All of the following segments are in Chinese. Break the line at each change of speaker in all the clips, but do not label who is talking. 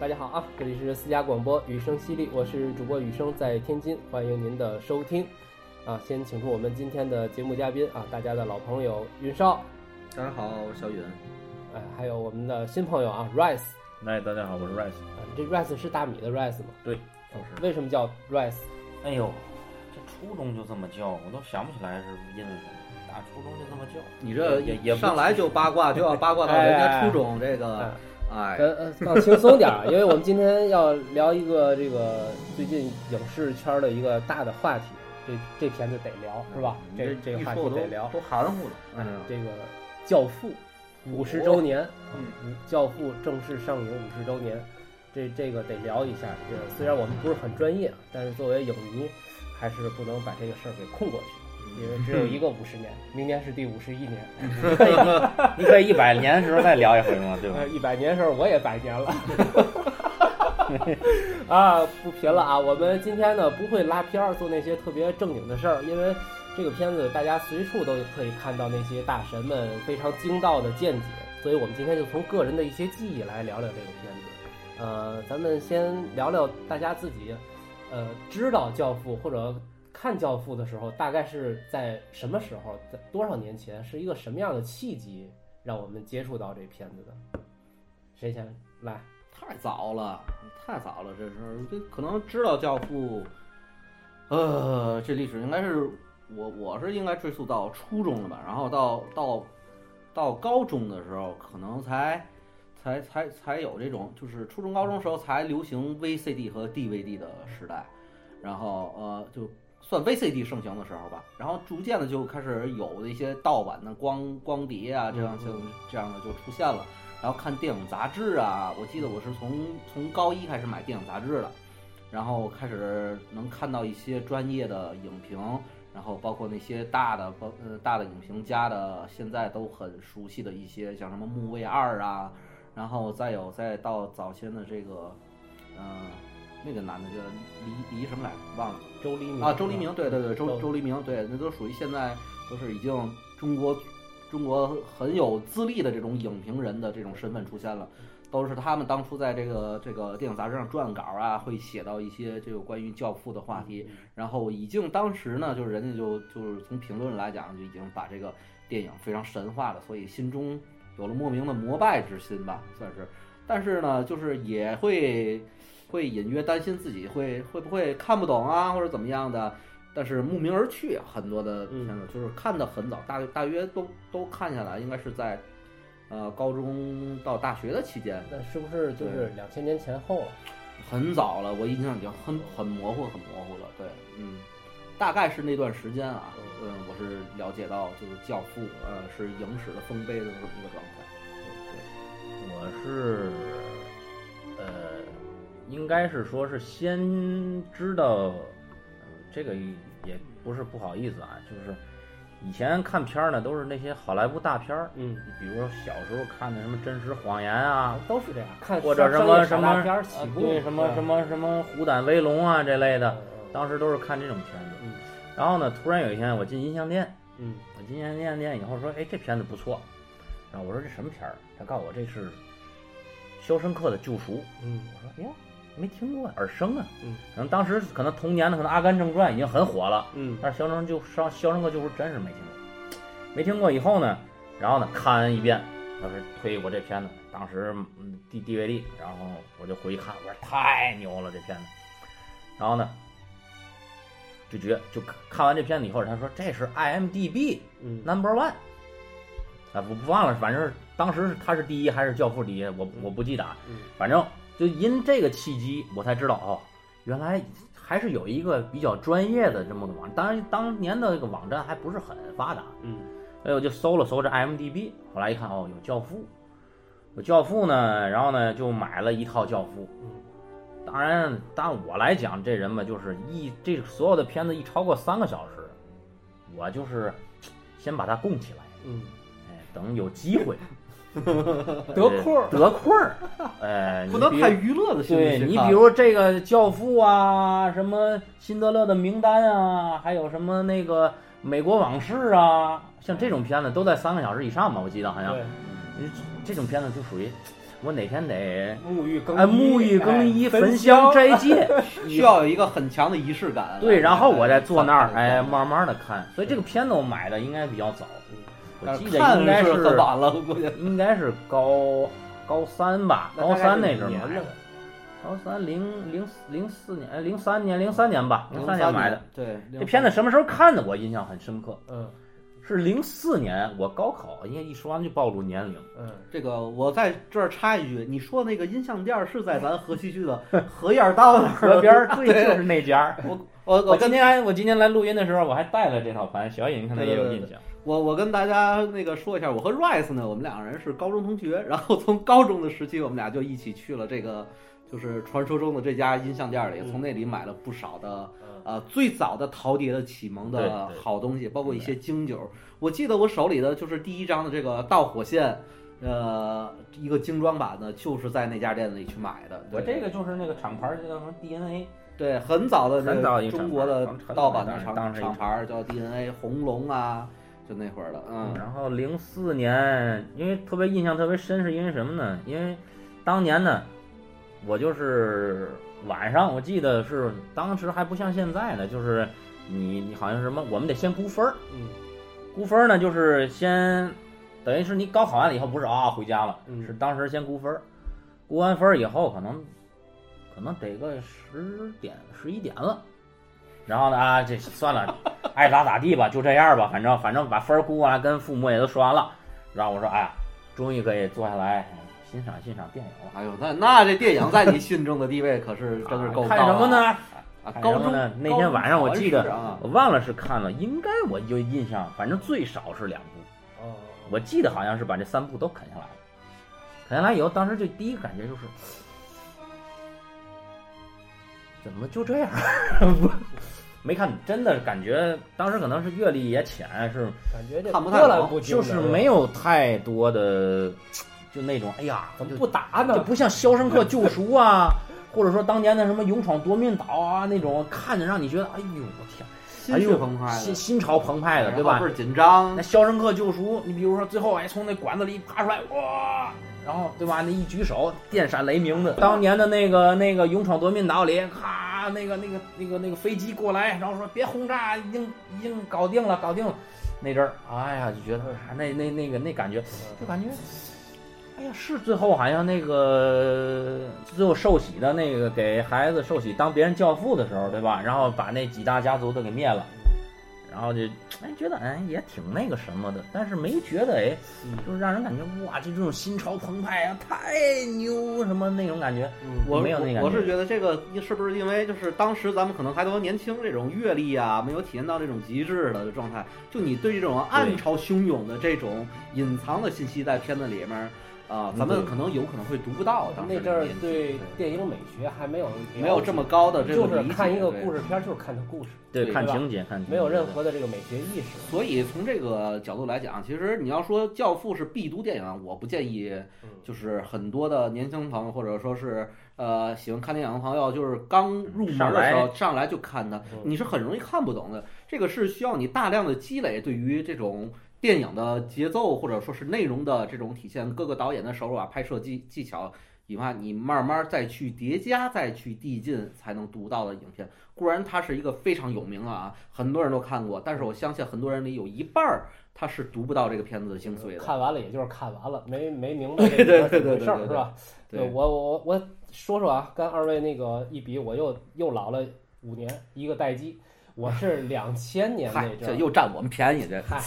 大家好啊，这里是私家广播雨声犀利，我是主播雨声，在天津，欢迎您的收听。啊，先请出我们今天的节目嘉宾啊，大家的老朋友云少，
大家好，我是小云。
哎，还有我们的新朋友啊，rice
哎，大家好，我是 Rice。
啊，这 rice 是大米的 rice 吗？
对，
就是
为什么叫 rice？
哎呦，这初中就这么叫，我都想不起来是因为什么。打初中就这么叫，
你这
也也不
上来就 八卦，就要八卦到人家初中这
哎
个，哎，
咱呃放轻松点 儿，因为我们今天要聊一个这个最近影视圈的一个大的话题，这这片子得聊是吧？
嗯你
这这个
一
话
说
题
我
得聊
都。都含糊了。
哎
嗯，
这个《教父》五十周年，
嗯
《教父》正式上映五十周年，这这个得聊一下。这个虽然我们不是很专业，但是作为影迷，还是不能把这个事儿给控过去，因为只
嗯
有一个五十年，明年是第五十一年，
你可以一百年的时候再聊一回嘛，对吧
哎
呃，？一百年的时候我也百年 了。啊，不贫了啊！我们今天呢不会拉片儿，做那些特别正经的事儿，因为这个片子大家随处都可以看到那些大神们非常精到的见解，所以我们今天就从个人的一些记忆来聊聊这个片子。呃，咱们先聊聊大家自己，呃，知道《教父》或者看《教父》的时候，大概是在什么时候，在多少年前，是一个什么样的契机让我们接触到这片子的？谁先来？
太早了，太早了，这是这可能知道《教父》，呃，这历史应该是我我是应该追溯到初中了吧，然后到到到高中的时候，可能才才才才有这种，就是初中高中时候才流行 VCD 和 DVD 的时代，然后呃就。算 VCD 盛行的时候吧，然后逐渐的就开始有的一些盗版的光光碟啊，这样
嗯
就
嗯
这样的就出现了。然后看电影杂志啊，我记得我是从从高一开始买电影杂志的，然后开始能看到一些专业的影评，然后包括那些大的包呃大的影评家的现在都很熟悉的一些，像什么木卫二啊，然后再有再到早先的这个，嗯、那个男的叫黎黎什么来着，忘了。
周黎明
啊，周黎明，对对对，
周
周周黎明，对，那都属于现在都是已经中国中国很有资历的这种影评人的这种身份出现了，都是他们当初在这个这个电影杂志上撰稿啊，会写到一些这个关于教父的话题，
嗯
然后已经当时呢，就是人家就就是从评论来讲，就已经把这个电影非常神化了，所以心中有了莫名的膜拜之心吧，算是。但是呢，就是也会会隐约担心自己会会不会看不懂啊，或者怎么样的。但是慕名而去，很多的片子、就是看的很早，大大约都都看下来，应该是在呃高中到大学的期间，
那是不是就是两千年前后了？
很早了，我印象已经很很模糊，很模糊了。对，嗯，大概是那段时间啊，嗯，我是了解到就是《教父》呃是影史的丰碑的这么一个状态。
我是，呃，应该是说是先知道，呃这个也不是不好意思啊，就是以前看片儿呢，都是那些好莱坞大片儿，
嗯，
比如说小时候看的什么《真实谎言》啊，
都是这样，看
或者什么什么
商业傻大片儿起步，嗯
呃对什么什
么，
么什么《虎胆威龙》啊这类的，
嗯
当时都是看这种片子
嗯。
然后呢，突然有一天我进音像店，
嗯
我进电影店以后说，哎，这片子不错。然后我说这什么片儿？他告诉我这是《肖申克的救赎》。
嗯
我说，哎呀，没听过，耳生啊。
嗯。
可能当时可能同年的可能《阿甘正传》已经很火了，
嗯
但是《肖申就肖肖申克救赎》真是没听过。没听过以后呢，然后呢看一遍，当时推我这片子，当时嗯 D D V D，然后我就回去看，我说太牛了这片子。然后呢，就觉就看完这片子以后，他说这是 I M D B。
嗯，
Number One，啊，我不忘了，反正当时是他是第一还是教父第一，我我不记得啊
嗯，
反正就因这个契机，我才知道哦，原来还是有一个比较专业的这么个网，当然当年的这个网站还不是很发达，
嗯
哎，我就搜了搜这 IMDB，后来一看哦，有教父，有教父呢，然后呢就买了一套教父。当然，当我来讲，这人嘛，就是一这所有的片子一超过三个小时，我就是先把它供起来，
嗯，
哎，等有机会
德库
呃得空儿，哎，
不能
你比
太娱乐的心
对
理
你比如这个《教父》啊，什么《辛德勒的名单》啊，还有什么那个《美国往事》啊，像这种片子都在三个小时以上吧，我记得好像。
对，
这种片子就属于我哪天得
沐浴更衣，
哎沐浴更衣、焚香
这
斋 戒，
需要有一个很强的仪式感。
对，然后我再
在
坐那 儿，哎，慢慢的看。所以这个片子我买的应该比较早，我记得
看
应该
是
是
很晚了，我估计。
应该是高高三吧，高三那阵儿买的，高三零零零四年，哎，零三年零三年吧，零三年买的。，
对，
这片子什么时候看的？我印象很深刻，
嗯
是零四年我高考，哎因为一说完就暴露年 龄。
嗯，
这个我在这儿插一句，你说那个音像店儿是在咱河西区的荷叶道那儿
河边儿对，就是那家儿。
我
我
我
今
跟
天来，我今天来录音的时候，我还带了这套盘，小尹可能也有印象。
我我跟大家那个说一下，我和 Rice 呢，我们两个人是高中同学，然后从高中的时期，我们俩就一起去了这个就是传说中的这家音像店儿里，
嗯
从那里买了不少的
嗯
呃最早的陶碟的启蒙
对
的
对
好东西，包括一些京酒。我记得我手里的就是第一张的这个《盗火线》，呃，一个精装版的，就是在那家店子里去买的。
我
对
这个就是那个厂牌儿叫什么 DNA，
对，很早的
很早一
这
个
中国的盗版的厂
当时一
厂牌儿叫 DNA 红龙啊，就那会儿的，嗯，
然后零四年，因为特别印象特别深，是因为什么呢？因为当年呢，我就是晚上，我记得是当时还不像现在呢，就是你你好像是什么，我们得先估分儿，
嗯，
估分儿呢就是先等于是你高考完了以后不是啊回家了，
嗯
是当时先估分儿，估完分儿以后可能可能得个十点十一点了。然后呢啊，这算了，爱咋咋地吧，就这样吧，反正反正把分儿估完了，跟父母也都说完了。然后我说，哎呀，终于可以坐下来欣赏欣赏电影了。
哎呦，那那这电影在你心中的地位可是真是够高、
啊看什么？呢？
啊，
看什
高
么
中
呢那天晚上我记得
高中考试啊，
我忘了是看了，应该我有印象，反正最少是两部，
哦，
我记得好像是把这三部都啃下来了。啃下来以后，当时就第一个感觉就是，怎么就这样？ 不，没看，真的感觉当时可能是阅历也浅，是
感觉这
看不太
波澜
懂
不惊
就
的
是没有太多的，就那种哎呀，
怎么
就
不打
就
呢？
不像《肖申克救赎》啊，或者说当年的什么《勇闯夺命岛》啊那种，看着让你觉得哎呦我天，
啊心血澎湃的，
哎心心潮澎湃的，对
然后
吧
倍？儿紧张
那《肖申克救赎》，你比如说最后哎从那管子里爬出来，哇，然后对吧？那一举手，电闪雷鸣的。当年的那个那个《勇闯夺命岛》里，咔，那个那个那个那个飞机过来，然后说别轰炸，已经已经搞定了，搞定了。那阵儿，哎呀，就觉得啊那那那个那感觉，
嗯
就感觉。哎呀，是最后好像那个最后受洗的那个给孩子受洗当别人教父的时候，对吧？然后把那几大家族都给灭了，然后就哎觉得哎也挺那个什么的，但是没觉得哎，
嗯
就是让人感觉哇，这这种心潮澎湃啊，太牛什么那种感觉。
嗯，
我
没有那感觉
我是觉得这个是不是因为就是当时咱们可能还都年轻，这种阅历啊，没有体验到这种极致的状态。就你对这种暗潮汹涌的这种隐藏的信息在片子里面儿啊、咱们
嗯对
可能有可能会读不到。当
嗯那
时的
阵儿
年纪
对电影美学还没有
没有这么高的这
就
种
是
理解
看一个
对
故事片儿就是看它故事，
对，
对
看
吧
情节，看情节
没有任何的这个美学意识。
所以从这个角度来讲，其实你要说《教父》是必读电影，我不建议，就是很多的年轻朋友或者说是呃喜欢看电影的朋友，就是刚入门的时候上来就看它，
嗯
你是很容易看不懂的。这个是需要你大量的积累，对于这种电影的节奏或者说是内容的这种体现，各个导演的手法、拍摄技技巧。以外，你慢慢再去叠加，再去递进，才能读到的影片。固然它是一个非常有名啊，很多人都看过，但是我相信很多人里有一半儿他是读不到这个片子的精髓的。
嗯看完了也就是看完了，没没明白这
对对
个怎么
对对
回事儿
对
是吧？
对，
我我我说说啊，跟二位那个一比，我又又老了五年，一个待机。我是两千年
嗨
那，阵
这
儿，
又占我们便宜，这
嗨，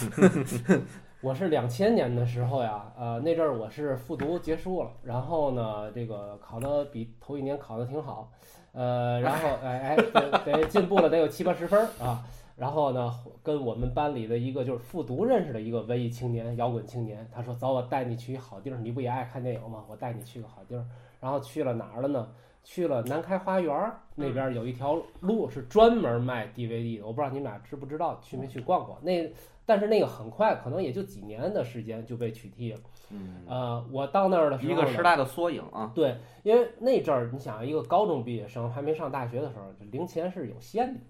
我是两千年的时候呀，呃，那阵儿我是复读结束了，然后呢，这个考的比头一年考的挺好，呃，然后哎哎得得进步了，得有七八十分儿啊。然后呢，跟我们班里的一个就是复读认识的一个文艺青年、摇滚青年，他说：“走，我带你去一好地儿，你不也爱看电影吗？我带你去个好地儿。”然后去了哪儿了呢？去了南开花园儿那边儿有一条路是专门卖 DVD 的，我不知道你们俩知不知道，去没去逛过？那但是那个很快，可能也就几年的时间就被取缔了。
嗯，
呃，我到那儿的时候
一
呢
个时代的缩影啊。
对，因为那阵儿，你想一个高中毕业生还没上大学的时候，零钱是有限的，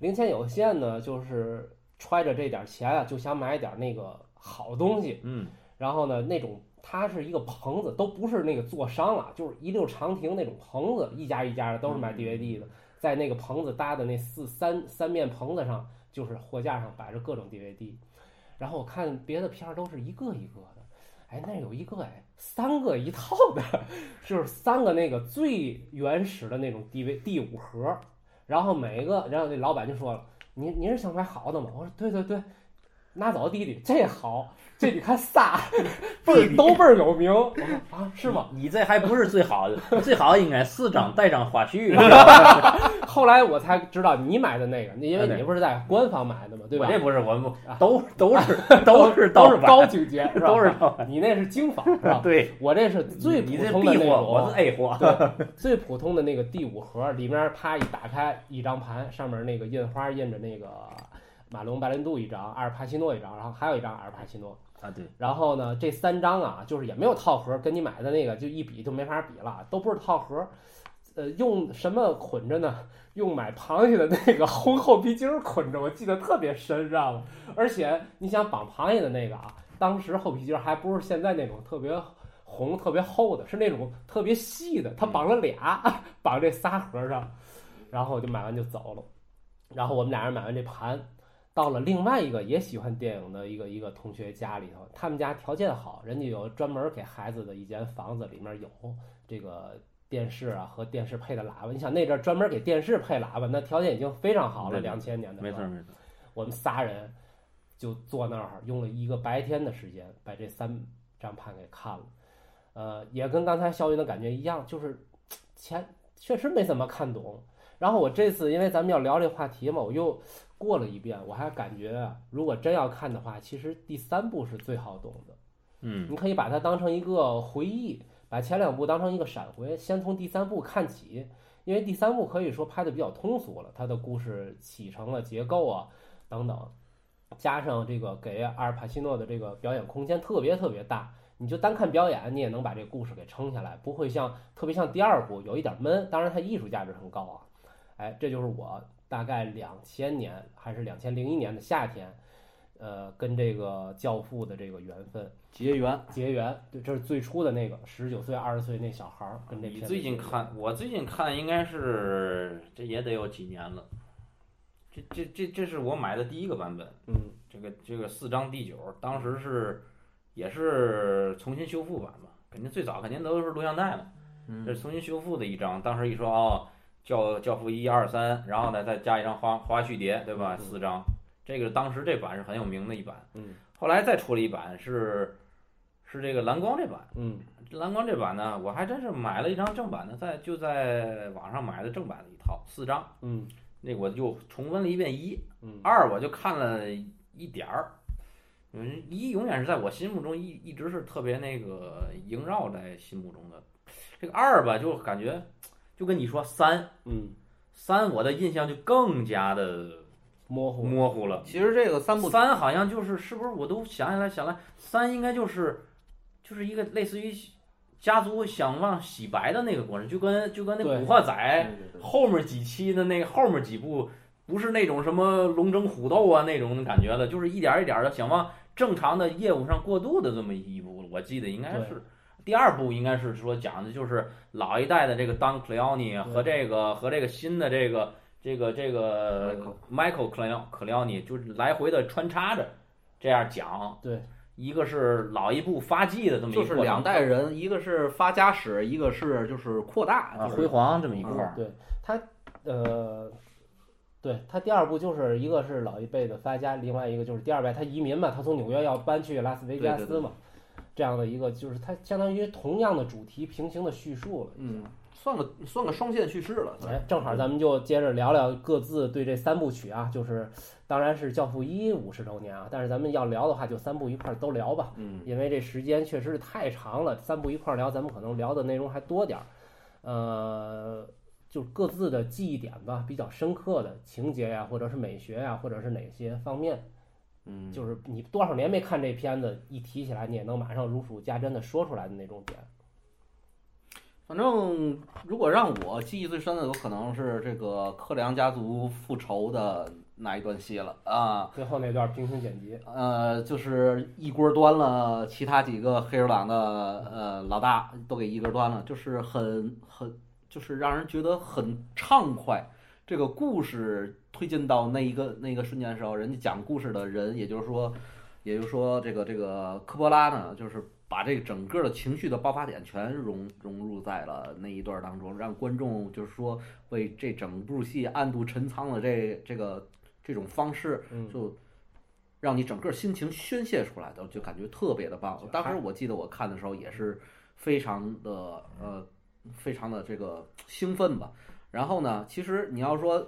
零钱有限呢，就是揣着这点儿钱啊，就想买点儿那个好东西，
嗯，
然后呢，那种它是一个棚子，都不是那个座商了，就是一溜长亭那种棚子，一家一家的都是买
嗯
DVD 的，在那个棚子搭的那四三三面棚子上，就是货架上摆着各种 DVD，然后我看别的片儿都是一个一个的，哎，那有一个哎，三个一套的， 就是三个那个最原始的那种 DV 第五盒，然后每一个，然后那老板就说了：“您您是想买好的吗？”我说：“对对对，拿走弟弟，这好，这你看仨倍儿都倍儿有名。”我 说：“啊，是吗？”
你这还不是最好的，最好的应该四张带张花 絮。
后来我才知道你买的那个，因为
啊对
你不是在官方买的嘛，对吧
我？这不是，我不
啊
都都是都是
都是
版
高警 节，是吧？
都是盗
你那是精仿，是吧？
对，
我这是 最普
你这
通
B
的那
货，
种，
我是 A 货。
对，最普通的那个第五盒，里面啪一打开，一张盘，上面那个印花印着那个马龙白兰度一张，阿尔帕西诺一张，然后还有一张阿尔帕西诺。
啊，
嗯
对，
然后呢，这三张啊，就是也没有套盒，跟你买的那个就一比就没法比了，都不是套盒。呃，用什么捆着呢？用买螃蟹的那个红厚皮筋儿捆着，我记得特别深，知道吗？而且你想绑螃蟹的那个啊，当时厚皮筋儿还不是现在那种特别红、特别厚的，是那种特别细的，它绑了俩， 绑这仨盒上，然后我就买完就走了。然后我们俩人买完这盘，到了另外一个也喜欢电影的一个一个同学家里头，他们家条件好，人家有专门给孩子的一间房子，里面有这个电视啊和电视配的喇叭。你想那阵儿专门给电视配喇叭，那条件已经非常好了，
对
两千年的时
没
候
错没错。
我们仨人就坐那儿用了一个白天的时间把这三张盘给看了，呃，也跟刚才肖云的感觉一样，就是嘖前确实没怎么看懂。然后我这次因为咱们要聊这话题嘛，我又过了一遍，我还感觉啊如果真要看的话，其实第三部是最好懂的。
嗯，
你可以把它当成一个回忆，把前两部当成一个闪回，先从第三部看起，因为第三部可以说拍的比较通俗了，它的故事起承啊、结构啊等等，加上这个给阿尔帕西诺的这个表演空间特别特别大，你就单看表演，你也能把这个故事给撑下来，不会像特别像第二部有一点闷，当然它艺术价值很高啊。哎，这就是我大概两千年还是两千零一年的夏天，呃，跟这个《教父》的这个缘分。
结缘，
结缘，对，这是最初的那个十九岁、二十岁那小孩儿跟这
你
片子
最近
结缘
看，我最近看应该是这也得有几年了，这这这这是我买的第一个版本，
嗯
这个这个四张第九，当时是也是重新修复版嘛，肯定最早肯定都是录像带嘛，这
嗯，
是重新修复的一张，当时一说哦，教教父一二三，然后呢再加一张花花絮碟，对吧？
嗯
四张，这个当时这版是很有名的一版，
嗯
后来再出了一版是是这个蓝光这版。
嗯
这蓝光这版呢，我还真是买了一张正版的，在就在网上买的正版的一套四张，
嗯
那我就重温了一遍一
嗯
二，我就看了一点儿。嗯，一永远是在我心目中一一直是特别那个萦绕在心目中的，这个二吧，就感觉就跟你说三
嗯，
三，我的印象就更加的
模糊，
模糊了。
其实这个三部
三好像就是是不是我都想起来想来，三应该就是就是一个类似于家族想往洗白的那个过程，就跟就跟那
对
古惑仔
对对对
后面几期的那个后面几部，不是那种什么龙争虎斗啊那种感觉的，就是一点儿一点的想往正常的业务上过渡的这么一步，我记得应该
对
是。第二部应该是说讲的就是老一代的这个 Don Cleone 和这个和这个新的这个这个这个 Michael Cleone Cleone 就是来回的穿插着这样讲。
对，
一个是老一部发迹的这么一
就
个
是
过程
两代人，一个是发家史，一个是就是扩大，
啊，
就是
辉煌这么一块儿，
对他呃，对他第二部就是一个是老一辈的发家，另外一个就是第二代他移民嘛，他从纽约要搬去拉斯维加斯嘛，这样的一个就是他相当于同样的主题平行的叙述了。
嗯，算个算个双线叙事了。
哎，正好咱们就接着聊聊各自对这三部曲啊，就是当然是《教父一》五十周年啊，但是咱们要聊的话，就三部一块儿都聊吧，
嗯，
因为这时间确实是太长了，三部一块儿聊，咱们可能聊的内容还多点儿，呃，就各自的记忆点吧，比较深刻的情节呀、或者是美学呀、或者是哪些方面，
嗯，
就是你多少年没看这片子，一提起来你也能马上如数家珍的说出来的那种点。
反正如果让我记忆最深的，有可能是这个克良家族复仇的那一段戏了啊。
最后那段平行剪辑，
呃，就是一锅端了其他几个黑手党的呃老大都给一锅端了，就是很很就是让人觉得很畅快。这个故事推进到那一个那一个瞬间的时候，人家讲故事的人，也就是说，也就是说这个这个科波拉呢，就是把这个整个的情绪的爆发点全融融入在了那一段当中，让观众就是说为这整部戏暗度陈仓的这这个这种方式
嗯，
就让你整个心情宣泄出来的，就感觉特别的棒。当时我记得我看的时候也是非常的呃，非常的这个兴奋吧。然后呢，其实你要说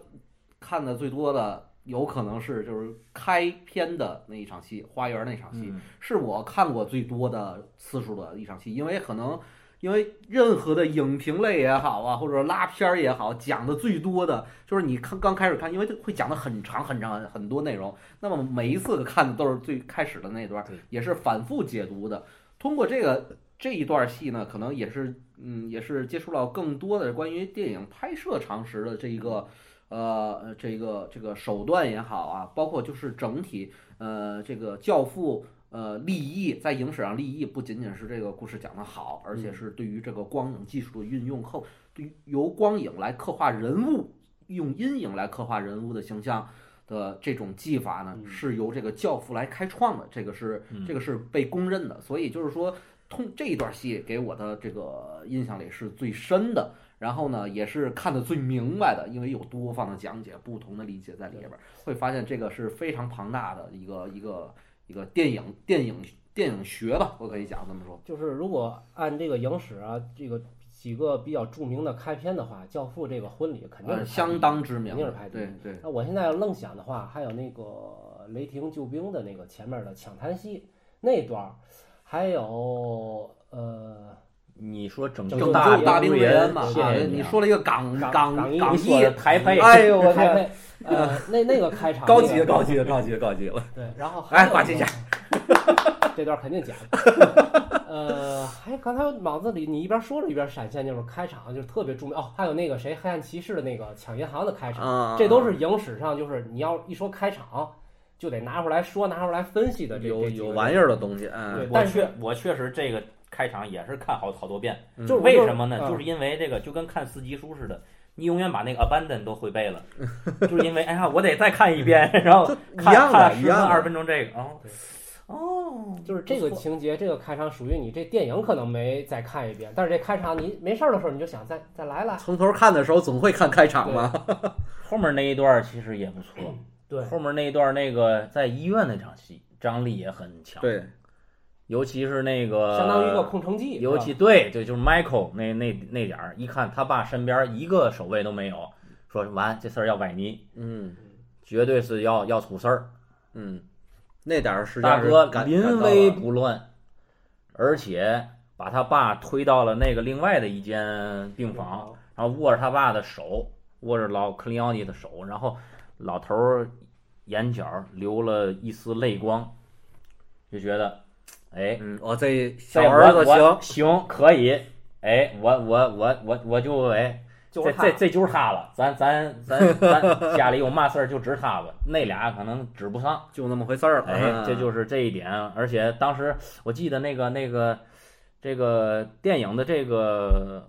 看的最多的，有可能是就是开篇的那一场戏，花园那场戏，
嗯
是我看过最多的次数的一场戏，因为可能。因为任何的影评类也好啊，或者拉片儿也好，讲的最多的就是你看刚开始看，因为它会讲的很长很长很多内容，那么每一次看的都是最开始的那段
对，
也是反复解读的。通过这个这一段戏呢，可能也是嗯，也是接触到更多的关于电影拍摄常识的这一个呃呃这个这个手段也好啊，包括就是整体呃这个教父。呃，立意在影史上立意不仅仅是这个故事讲得好，而且是对于这个光影技术的运用后，对于由光影来刻画人物，用阴影来刻画人物的形象，的这种技法呢，
嗯
是由这个教父来开创的，这个是
嗯
这个是被公认的，所以就是说，通这一段戏给我的这个印象里是最深的，然后呢，也是看得最明白的，因为有多方的讲解，不同的理解在里边儿，会发现这个是非常庞大的一个一个一个电影电影电影学吧，我可以讲这么说，
就是如果按这个影史啊，这个几个比较著名的开篇的话，《教父》这个婚礼肯定是
呃，
排第一
相。当知名
肯定是排，第一
对对，
那我现在愣想的话，还有那个雷霆救兵的那个前面的抢滩戏那段儿，还有呃，
你说拯
拯
拯救
大
大
兵
兵瑞恩嘛，
谢
啊
谢，
你
啊
说了一个港
港
港
港一
港
说
译
的台配，
哎呦我
还
天！
没呃，那那个开场
高
那
级
个
了，高级了，高级了，高级了。
对，然后
哎
还有
挂
一
机
个， 这段肯定假的。呃，还刚才脑子里你一边说着一边闪现，就是开场就是特别著名哦，还有那个谁黑暗骑士的那个抢银行的开场，
啊
这都是影史上就是你要一说开场就得拿出来说，拿出来分析的这
有
这几
有
个
玩意儿的东西，嗯，
对，
我
但是
确我确实这个开场也是看好好多遍，
就是我
为
就
什么呢？
嗯
就是因为这个就跟看四级书似的，你永远把那个 abandon 都 会背了，就是因为哎呀，我得再看一遍，然后
就一
看
样
看
的，
十
一
分
样
二
的。
分钟这个哦
对
哦，
就是这个
不错
情节，这个开场属于你这电影可能没再看一遍，但是这开场你没事儿的时候你就想再再来来。
从头看的时候总会看开场嘛，
后面那一段其实也不错，
对
后面那一段那个在医院那场戏张力也很强，，
对，
尤其是那个
呃相当于一个空城计，
尤
是
其
吧
对对，就是 Michael 那那那点儿，一看他爸身边一个守卫都没有，说完这事儿要崴泥，
嗯
绝对是要要出事儿。
嗯，那点儿时间
大哥
感
临危不乱，而且把他爸推到了那个另外的一间病房，，
嗯
然后握着他爸的手，握着老克里奥尼的手，然后老头儿眼角流了一丝泪光，就觉得，哎，
嗯，我这小
这
儿
我
子
我
行，
行可以，哎，我我我我我就哎，
就是
这
他
这这就是他了，咱咱咱咱 家里有嘛事儿就指他吧，那俩可能指不上，
就那么回事儿了。嗯
哎，这
是
就是这一点，啊而且当时我记得那个那个这个电影的这个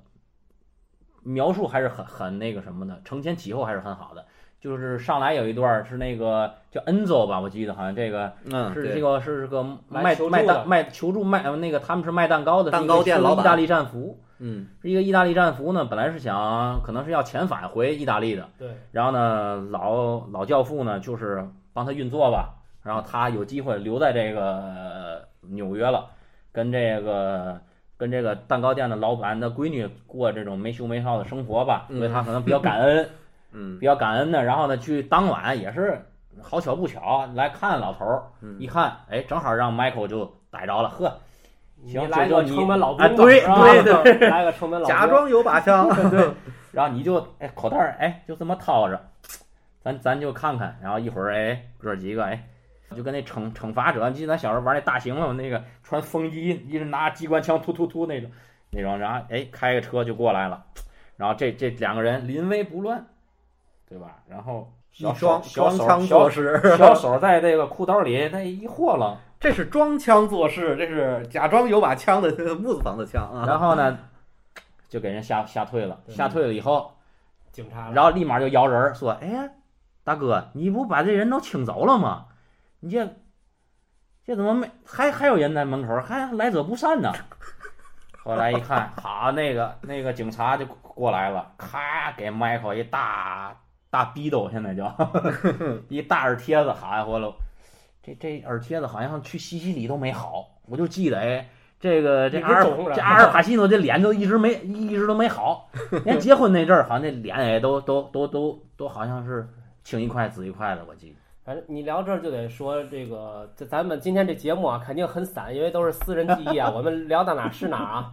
描述还是很很那个什么的，承前启后还是很好的。就是上来有一段是那个叫 Enzo 吧，我记得好像这个
嗯，
是
对
这个是这个
来
卖
求助
卖
的
蛋卖求助卖呃那个他们是卖蛋糕的，
蛋糕店
是一个
老板
意大利战俘，
嗯
是一个意大利战俘呢，本来是想可能是要遣返回意大利的，
对，
然后呢老老教父呢就是帮他运作吧，然后他有机会留在这个呃纽约了，跟这个。跟这个蛋糕店的老板的闺女过这种没羞没臊的生活吧，
嗯
所以他可能比较感恩，
嗯
比较感恩的。然后呢，去当晚也是好巧不巧来看老头儿，一
嗯，
看，哎，正好让 Michael 就逮着了，呵，行
你来
就
个
就你
城门老兵
啊
吧，
对
是吧
对
来个城门老兵，
假装有把 枪，
然后你就哎口袋儿哎就这么掏着，咱咱就看看，然后一会儿哎哥几个哎。就跟那惩惩罚者，你记得咱小时候玩那大型了吗？那个穿风衣，一人拿机关枪突突突那种，
那种，然后哎开个车就过来了，然后这这两个人临危不乱，对吧？然后小
一
手
装
小
装
手
腔
小
作
手
势，
小手在这个裤兜里那一和 楞，
这是装腔作势，这是假装有把枪的 木字旁的枪啊。
然后呢就给人吓吓退了，
对
吓退了以后，
警察了，
然后立马就摇人儿说：“哎呀，大哥，你不把这人都请走了吗？你这这怎么没还还有人在门口，还来者不善呢？” 后来一看，好，那个那个警察就过来了，咔给 Michael 一大大逼斗，现在 就一大耳贴子，好家伙了，这这耳贴子好像去西西里都没好，我就记得哎。这个这
你
阿
是
尔
肿了
这阿尔帕西诺这脸就一直没一直都没 好，连结婚那阵儿好像那脸也都都都都都好像是青一块紫一块的，我记得。
反正你聊这儿就得说这个，这咱们今天这节目啊，肯定很散，因为都是私人记忆啊，我们聊到哪儿是哪儿啊。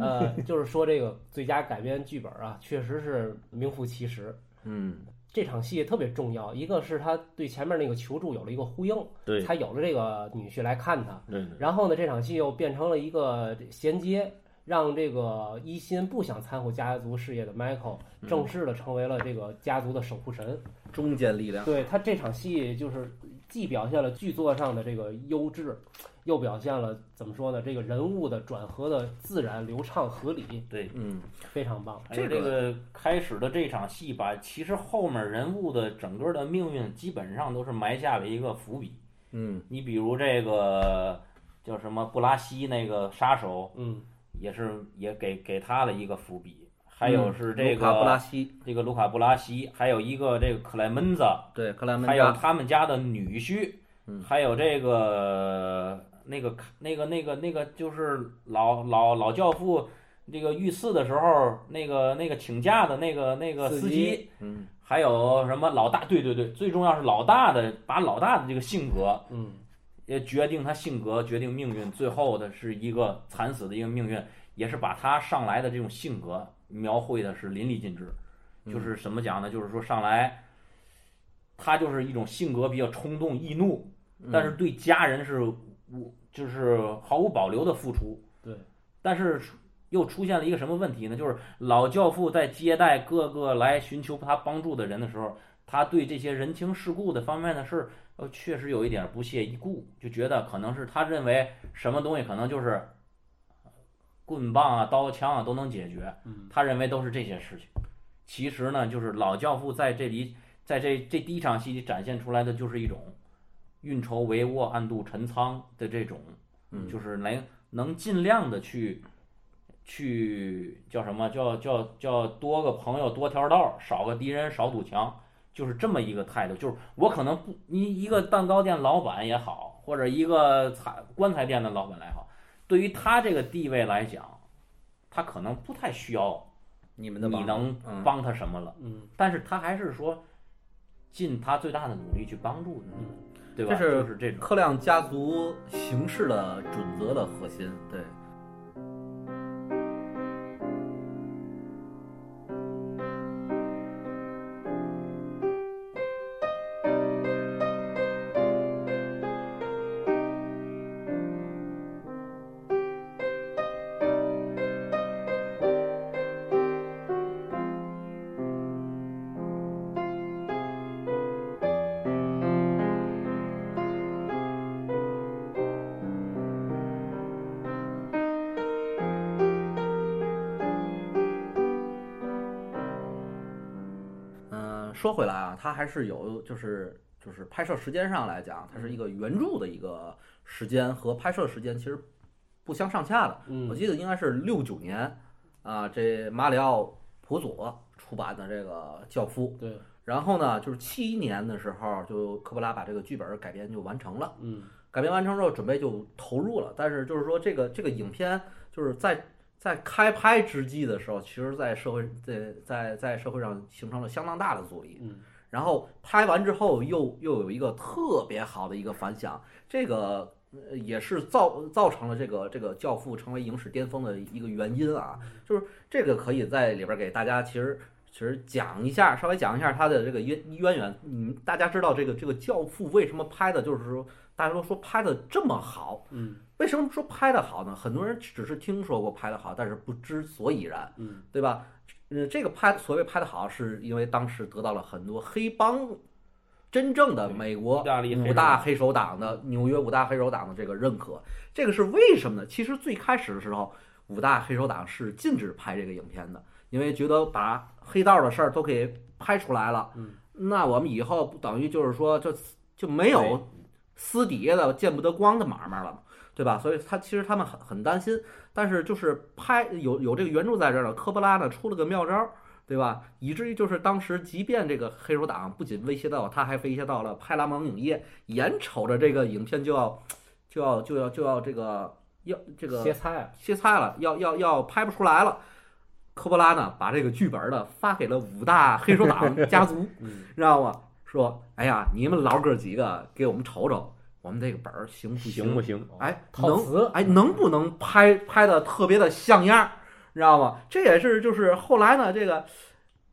呃，就是说这个最佳改编剧本啊，确实是名副其实。
嗯，
这场戏特别重要，一个是他对前面那个求助有了一个呼应，
对
才有了这个女婿来看他。
对
然后呢，这场戏又变成了一个衔接，让这个一心不想参与家族事业的 Michael 正式的成为了这个家族的守护神。
中坚力量，
对他这场戏，就是既表现了剧作上的这个优质，又表现了怎么说呢？这个人物的转合的自然、流畅、合理，
对，
嗯，
非常棒。
还有这个开始的这场戏吧，其实后面人物的整个的命运基本上都是埋下了一个伏笔。
嗯，
你比如这个叫什么布拉西那个杀手，
嗯，
也是也给给他了一个伏笔。还有是这
嗯卢卡布拉
个
西，
这个卢卡布拉西，还有一个这个克莱门子，
对，克莱门
还有
加，
他们家的女婿
嗯，
还有这个那个那个那个那个就是老老老教父这个遇刺的时候，那个那个请假的那个那个司
司
机
机，
嗯，
还有什么老大？对对对，最重要是老大的，把老大的这个性格
嗯，
也决定他性格，决定命运，最后的是一个惨死的一个命运，也是把他上来的这种性格描绘的是淋漓尽致。
嗯
就是什么讲呢？就是说上来，他就是一种性格比较冲动、易怒，
嗯
但是对家人是无就是毫无保留的付出。
对，
但是又出现了一个什么问题呢？就是老教父在接待各个来寻求他帮助的人的时候，他对这些人情世故的方面呢是呃确实有一点不屑一顾，就觉得可能是他认为什么东西可能就是棍棒啊、刀枪啊都能解决，他认为都是这些事情。其实呢，就是老教父在这里，在这这第一场戏里展现出来的就是一种运筹帷幄、暗度陈仓的这种，嗯就是能能尽量的去去叫什么叫叫叫多个朋友多条道儿，少个敌人少堵墙，就是这么一个态度。就是我可能不，你一个蛋糕店老板也好，或者一个彩棺材店的老板来好，对于他这个地位来讲，他可能不太需要
你们的
你
榜
能
嗯
帮他什么了，
嗯，
但是他还是说尽他最大的努力去帮助你，对吧？
这是
就是这种。
克亮家族行事的准则的核心，对。嗯，说回来啊，它还是有就是就是拍摄时间上来讲，它是一个原著的一个时间和拍摄时间其实不相上下的。
嗯
我记得应该是六九年啊，这马里奥·普佐出版的这个《教父》，
对，
然后呢，就是七一年的时候，就科波拉把这个剧本改编就完成了。
嗯，
改编完成之后，准备就投入了。但是就是说，这个这个影片就是在在开拍之际的时候，其实在社会在在在社会上形成了相当大的阻力。
嗯，
然后拍完之后又又有一个特别好的一个反响，这个。呃也是造造成了这个这个《教
嗯
父》成为影史巅峰的一个原因啊，就是这个可以在里边给大家其实其实讲一下，稍微讲一下它的这个渊渊源。嗯，大家知道这个这个《教父》为什么拍的，就是说大家都说拍的这么好，
嗯
为什么说拍的好呢？很多人只是听说过拍的好，但是不知所以然，
嗯
对吧？嗯，这个拍所谓拍的好，是因为当时得到了很多黑帮真正的
对
美国
意大
嗯
利黑
五
手
大
党
黑手党的纽约五大黑手党的这个认可，这个是为什么呢？其实最开始的时候，五大黑手党是禁止拍这个影片的，因为觉得把黑道的事儿都给拍出来了，
嗯
那我们以后不等于就是说就就没有私底下的见不得光的买卖了嘛，对吧？所以他其实他们很很担心，但是就是拍有有这个原著在这儿呢，科波拉呢出了个妙招儿。对吧？以至于就是当时，即便这个黑手党不仅威胁到，他还威胁到了派拉蒙影业，眼瞅着这个影片就要就要就要就要这个要这个
歇菜啊，
歇菜了，要要要拍不出来了。科波拉呢，把这个剧本呢发给了五大黑手党家族，
嗯
知道吗？说，哎呀，你们老哥几个给我们瞅瞅，我们这个本儿行不
行不行？
哎，
套
能
词，
哎，能不能拍拍的特别的像样儿，你知道吗？这也是就是后来呢，这个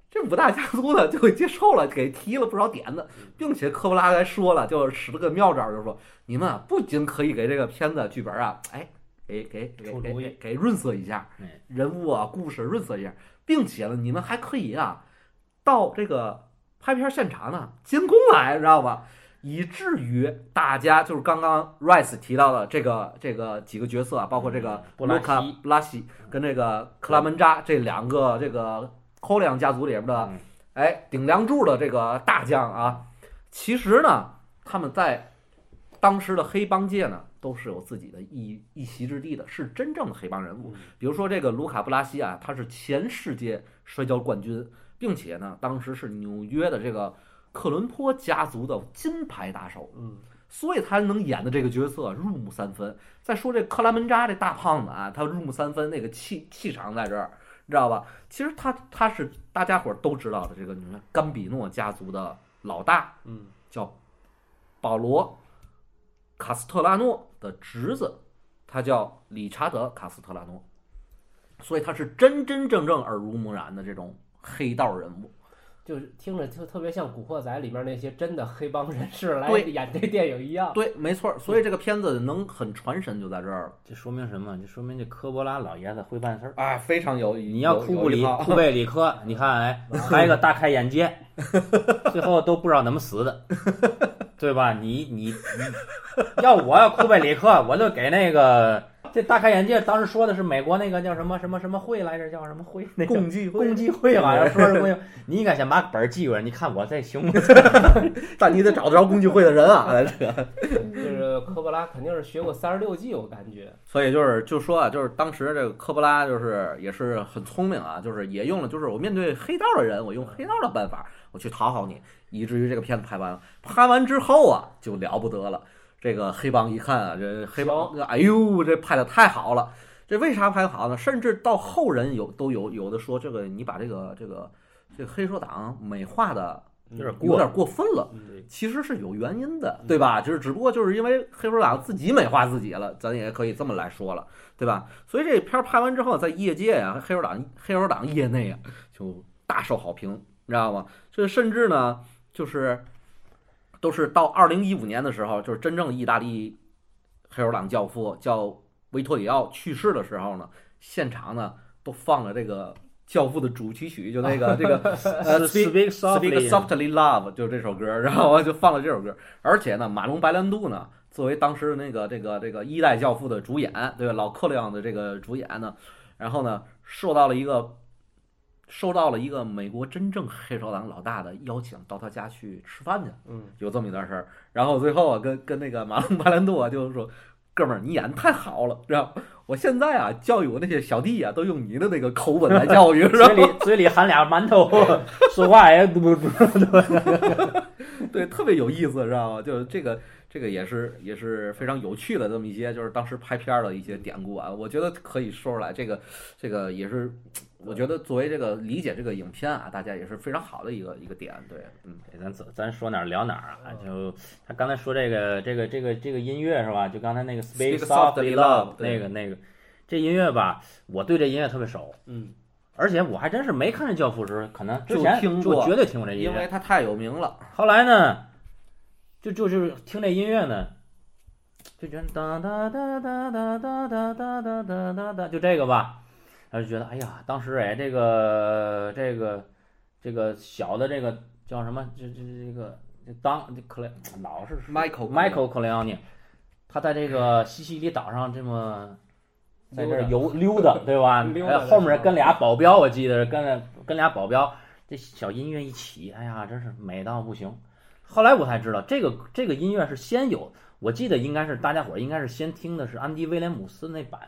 这五大家族呢就接受了，给提了不少点子，
嗯
并且科布拉还说了，就使了个妙招儿，就说你们啊，不仅可以给这个片子剧本啊，哎，给给给
出
给
主意哎
给给润色一下
嗯
人物啊故事润色一下，并且呢，你们还可以啊到这个拍片现场呢监工来，你知道吧？以至于大家就是刚刚 Rice 提到的这个这个几个角色啊，包括这个
嗯布拉
卢卡
西
布拉西跟这个克拉门扎这两个这个寇亮家族里边的
嗯
哎顶梁柱的这个大将啊，其实呢，他们在当时的黑帮界呢都是有自己的一一席之地的，是真正的黑帮人
嗯
物。比如说这个卢卡布拉西啊，他是前世界摔跤冠军，并且呢，当时是纽约的这个克伦坡家族的金牌打手，
嗯
所以他能演的这个角色入木三分。再说这克拉门扎这大胖子啊，他入木三分那个气气场在这儿，你知道吧？其实他他是大家伙儿都知道的这个女人甘比诺家族的老大，
嗯
叫保罗·卡斯特拉诺的侄子，他叫理查德·卡斯特拉诺，所以他是真真正正耳濡目染的这种黑道人物。
就是听着就特别像《古惑仔》里面那些真的黑帮人士来
对
演这电影一样。
对，没错儿，所以这个片子能很传神就在这儿了。
这说明什么？这说明这科波拉老爷子会办事儿。
哎，非常有
你要库布里 库贝里克，你看哎，还有一个大开眼界，最后都不知道怎么死的，对吧？你你你，要我要库贝里克，我就给那个这大开眼界。当时说的是美国那个叫什么什么什么会来着，叫什么会那个。
共济
共济会好像说是共济，你应该先把本儿记过来，你看我这行不？
但你得找得着共济会的人 啊，这个。
就是科波拉肯定是学过三十六计，我感觉。
所以就是就说啊，就是当时这个科波拉就是也是很聪明啊，就是也用了，就是我面对黑道的人，我用黑道的办法，我去讨好你，以至于这个片子拍完了，拍完之后啊就了不得了。这个黑帮一看啊，这黑帮，哎呦，这拍的太好了。这为啥拍得好呢？甚至到后人有都有有的说，这个你把这个这个这个黑手党美化的
嗯
有点
有
过
点过分了。其实是有原因的，对吧？就是只不过就是因为黑手党自己美化自己了，咱也可以这么来说了，对吧？所以这片儿拍完之后，在业界啊，黑手党黑手党业内啊，就大受好评，你知道吗？这甚至呢，就是都是到二零一五年的时候，就是真正意大利黑手党教父叫维托里奥去世的时候呢，现场呢都放了这个。教父的主题曲就那个这个 呃
Speak
Speak
softly
Softly Love 就是这首歌，然后就放了这首歌。而且呢，马龙白兰度呢，作为当时的那个这个这个一代教父的主演，对吧？老克亮的这个主演呢，然后呢，受到了一个受到了一个美国真正黑手党老大的邀请，到他家去吃饭去，
嗯，
有这么一段事儿。然后最后啊，跟跟那个马龙白兰度啊，就是说，哥们儿，你演的太好了，知道吗？我现在啊，教育我那些小弟啊，都用你的那个口吻来教育，知道
嘴
吗？
里嘴里含俩 馒头，说话也不不
对，特别有意思，知道吗？就是这个，这个也是也是非常有趣的这么一些，就是当时拍片儿的一些典故啊，我觉得可以说出来。这个，这个也是，我觉得作为这个理解这个影片啊，大家也是非常好的一个一个点。对，嗯，
对咱走，咱说哪儿聊哪儿啊？就他刚才说这个这个这个这个音乐是吧？就刚才那个
Speak
Speak
Softly
Softly Love
Love，对
那个那个，这音乐吧，我对这音乐特别熟。
嗯，
而且我还真是没看见《教父》时，可能之
就
前
听
就
过
绝对听过这音
因为
乐。
它太有名了。
后来呢，就就就是听这音乐呢，就觉得哒哒哒哒哒哒哒哒哒哒哒哒，就这个吧，然后就觉得哎呀，当时哎这个这个这个小的这个叫什么这这这个这当这克雷老是
Michael
Michael 克雷奥尼，他在这个西西里岛上这么。在这儿
溜达
游溜达，对吧？
溜达
哎
的时候
后面跟俩保镖，我记得是跟跟俩保镖，这小音乐一起，哎呀，真是美到不行。后来我才知道，这个这个音乐是先有，我记得应该是大家伙儿应该是先听的是安迪威廉姆斯那版，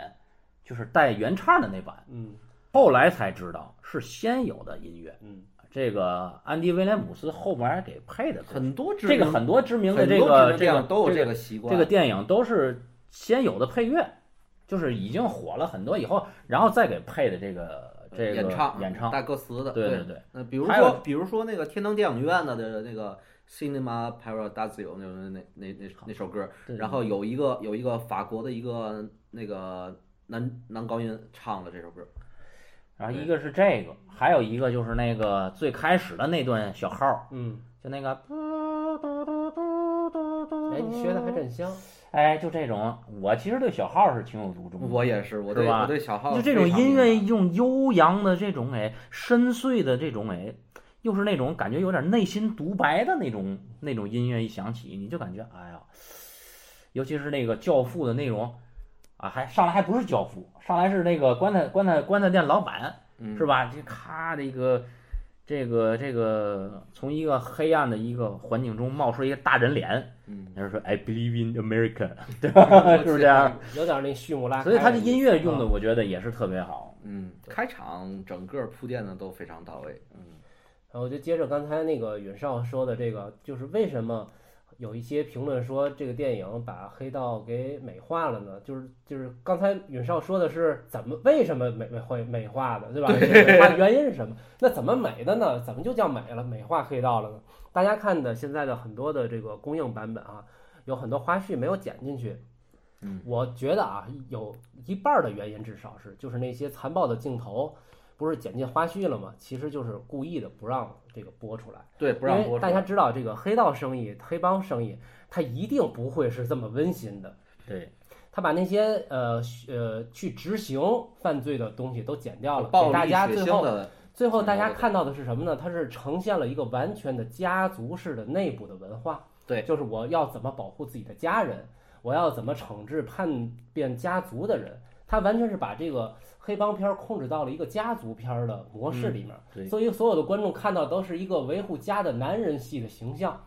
就是带原唱的那版，
嗯
后来才知道是先有的音乐。
嗯，
这个安迪威廉姆斯后面给配的歌曲，
很多知
这个
名
很多知名的
很
这
多知
个
名
这
电
个
影都有
这
这
个
个习惯。
这个电影都是先有的配乐，就是已经火了很多以后，然后再给配的这个
呃
这个
演唱
演唱，
带歌词的，
对
对
对对。
那呃比如
还有
说，比如说那个天堂电影院的的那个 Cinema Paradiso 那种那那那那首歌，
对
然后有一个有一个法国的一个那个男男高音唱了这首歌，
然后一个是这个，还有一个就是那个最开始的那段小号儿，
嗯，
就那个，
哎，你学的还真像，
哎，就这种，我其实对小号儿是情有独钟的。
我也是，我对
嗯是吧
我对小号
就这种
哦非常
音乐，
敏感
用悠扬的这种哎，深邃的这种哎，又是那种感觉有点内心独白的那种那种音乐一响起，你就感觉哎呀，尤其是那个《教父》的内容啊，还上来还不是教父，上来是那个棺材棺材棺材店老板，
嗯
是吧？这咔的一个，这个这个从一个黑暗的一个环境中冒出一个大人脸，
嗯，
他就说 “I believe in America”，对吧？ 是不啊是这样？
有点那畜牧拉开
所
的意思，
以
啊
他的音乐用的，我觉得也是特别好。
嗯，开场整个铺垫的都非常到位，嗯，
然后就接着刚才那个允少说的这个，就是为什么有一些评论说这个电影把黑道给美化了呢？就是就是刚才允少说的是怎么为什么美美会美化的，对吧？美化的原因是什么？那怎么美的呢？怎么就叫美了？美化黑道了呢？大家看的现在的很多的这个公映版本啊，有很多花絮没有剪进去。
嗯，
我觉得啊，有一半儿的原因至少是，就是那些残暴的镜头，不是剪进花絮了吗？其实就是故意的不让这个播出来，
对，不让
因
播
为
出
大家知道这个黑道生意、黑帮生意，它一定不会是这么温馨的。
对，
他把那些呃呃去执行犯罪的东西都剪掉了，
暴
给
力
大家
血
最
腥
后
的，
最后大家看到的是什么呢？它是呈现了一个完全的家族式的内部的文化。
对
就是我要怎么保护自己的家人，我要怎么惩治叛变家族的人。它完全是把这个黑帮片儿控制到了一个家族片儿的模式里面，
嗯对
所以所有的观众看到都是一个维护家的男人系的形象。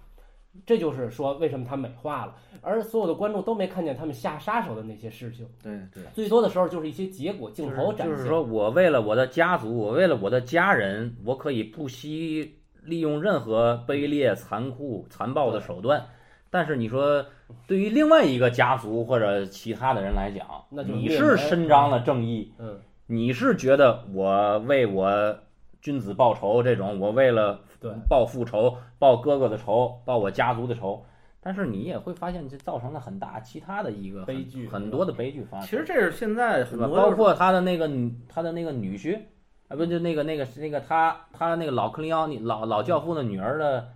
这就是说，为什么他美化了，而所有的观众都没看见他们下杀手的那些事情。
对对，
最多的时候就是一些结果镜头展现。
就是说我为了我的家族，我为了我的家人，我可以不惜利用任何卑劣、残酷、残暴的手段。但是你说，对于另外一个家族或者其他的人来讲，
那就是
你
灭
是
门
伸张了正义，
嗯，
你是觉得我为我君子报仇这种，我为了
对
报复仇、报哥哥的仇、报我家族的仇。但是你也会发现，这造成了很大其他的一个很
悲剧
很多的悲剧发生。
其实这是现在
是
很
啊吧？
多
包
就是
括他的那个女，他的那个女婿，啊，不就那个那个那个他他的那个老克林奥尼老老教父的女儿的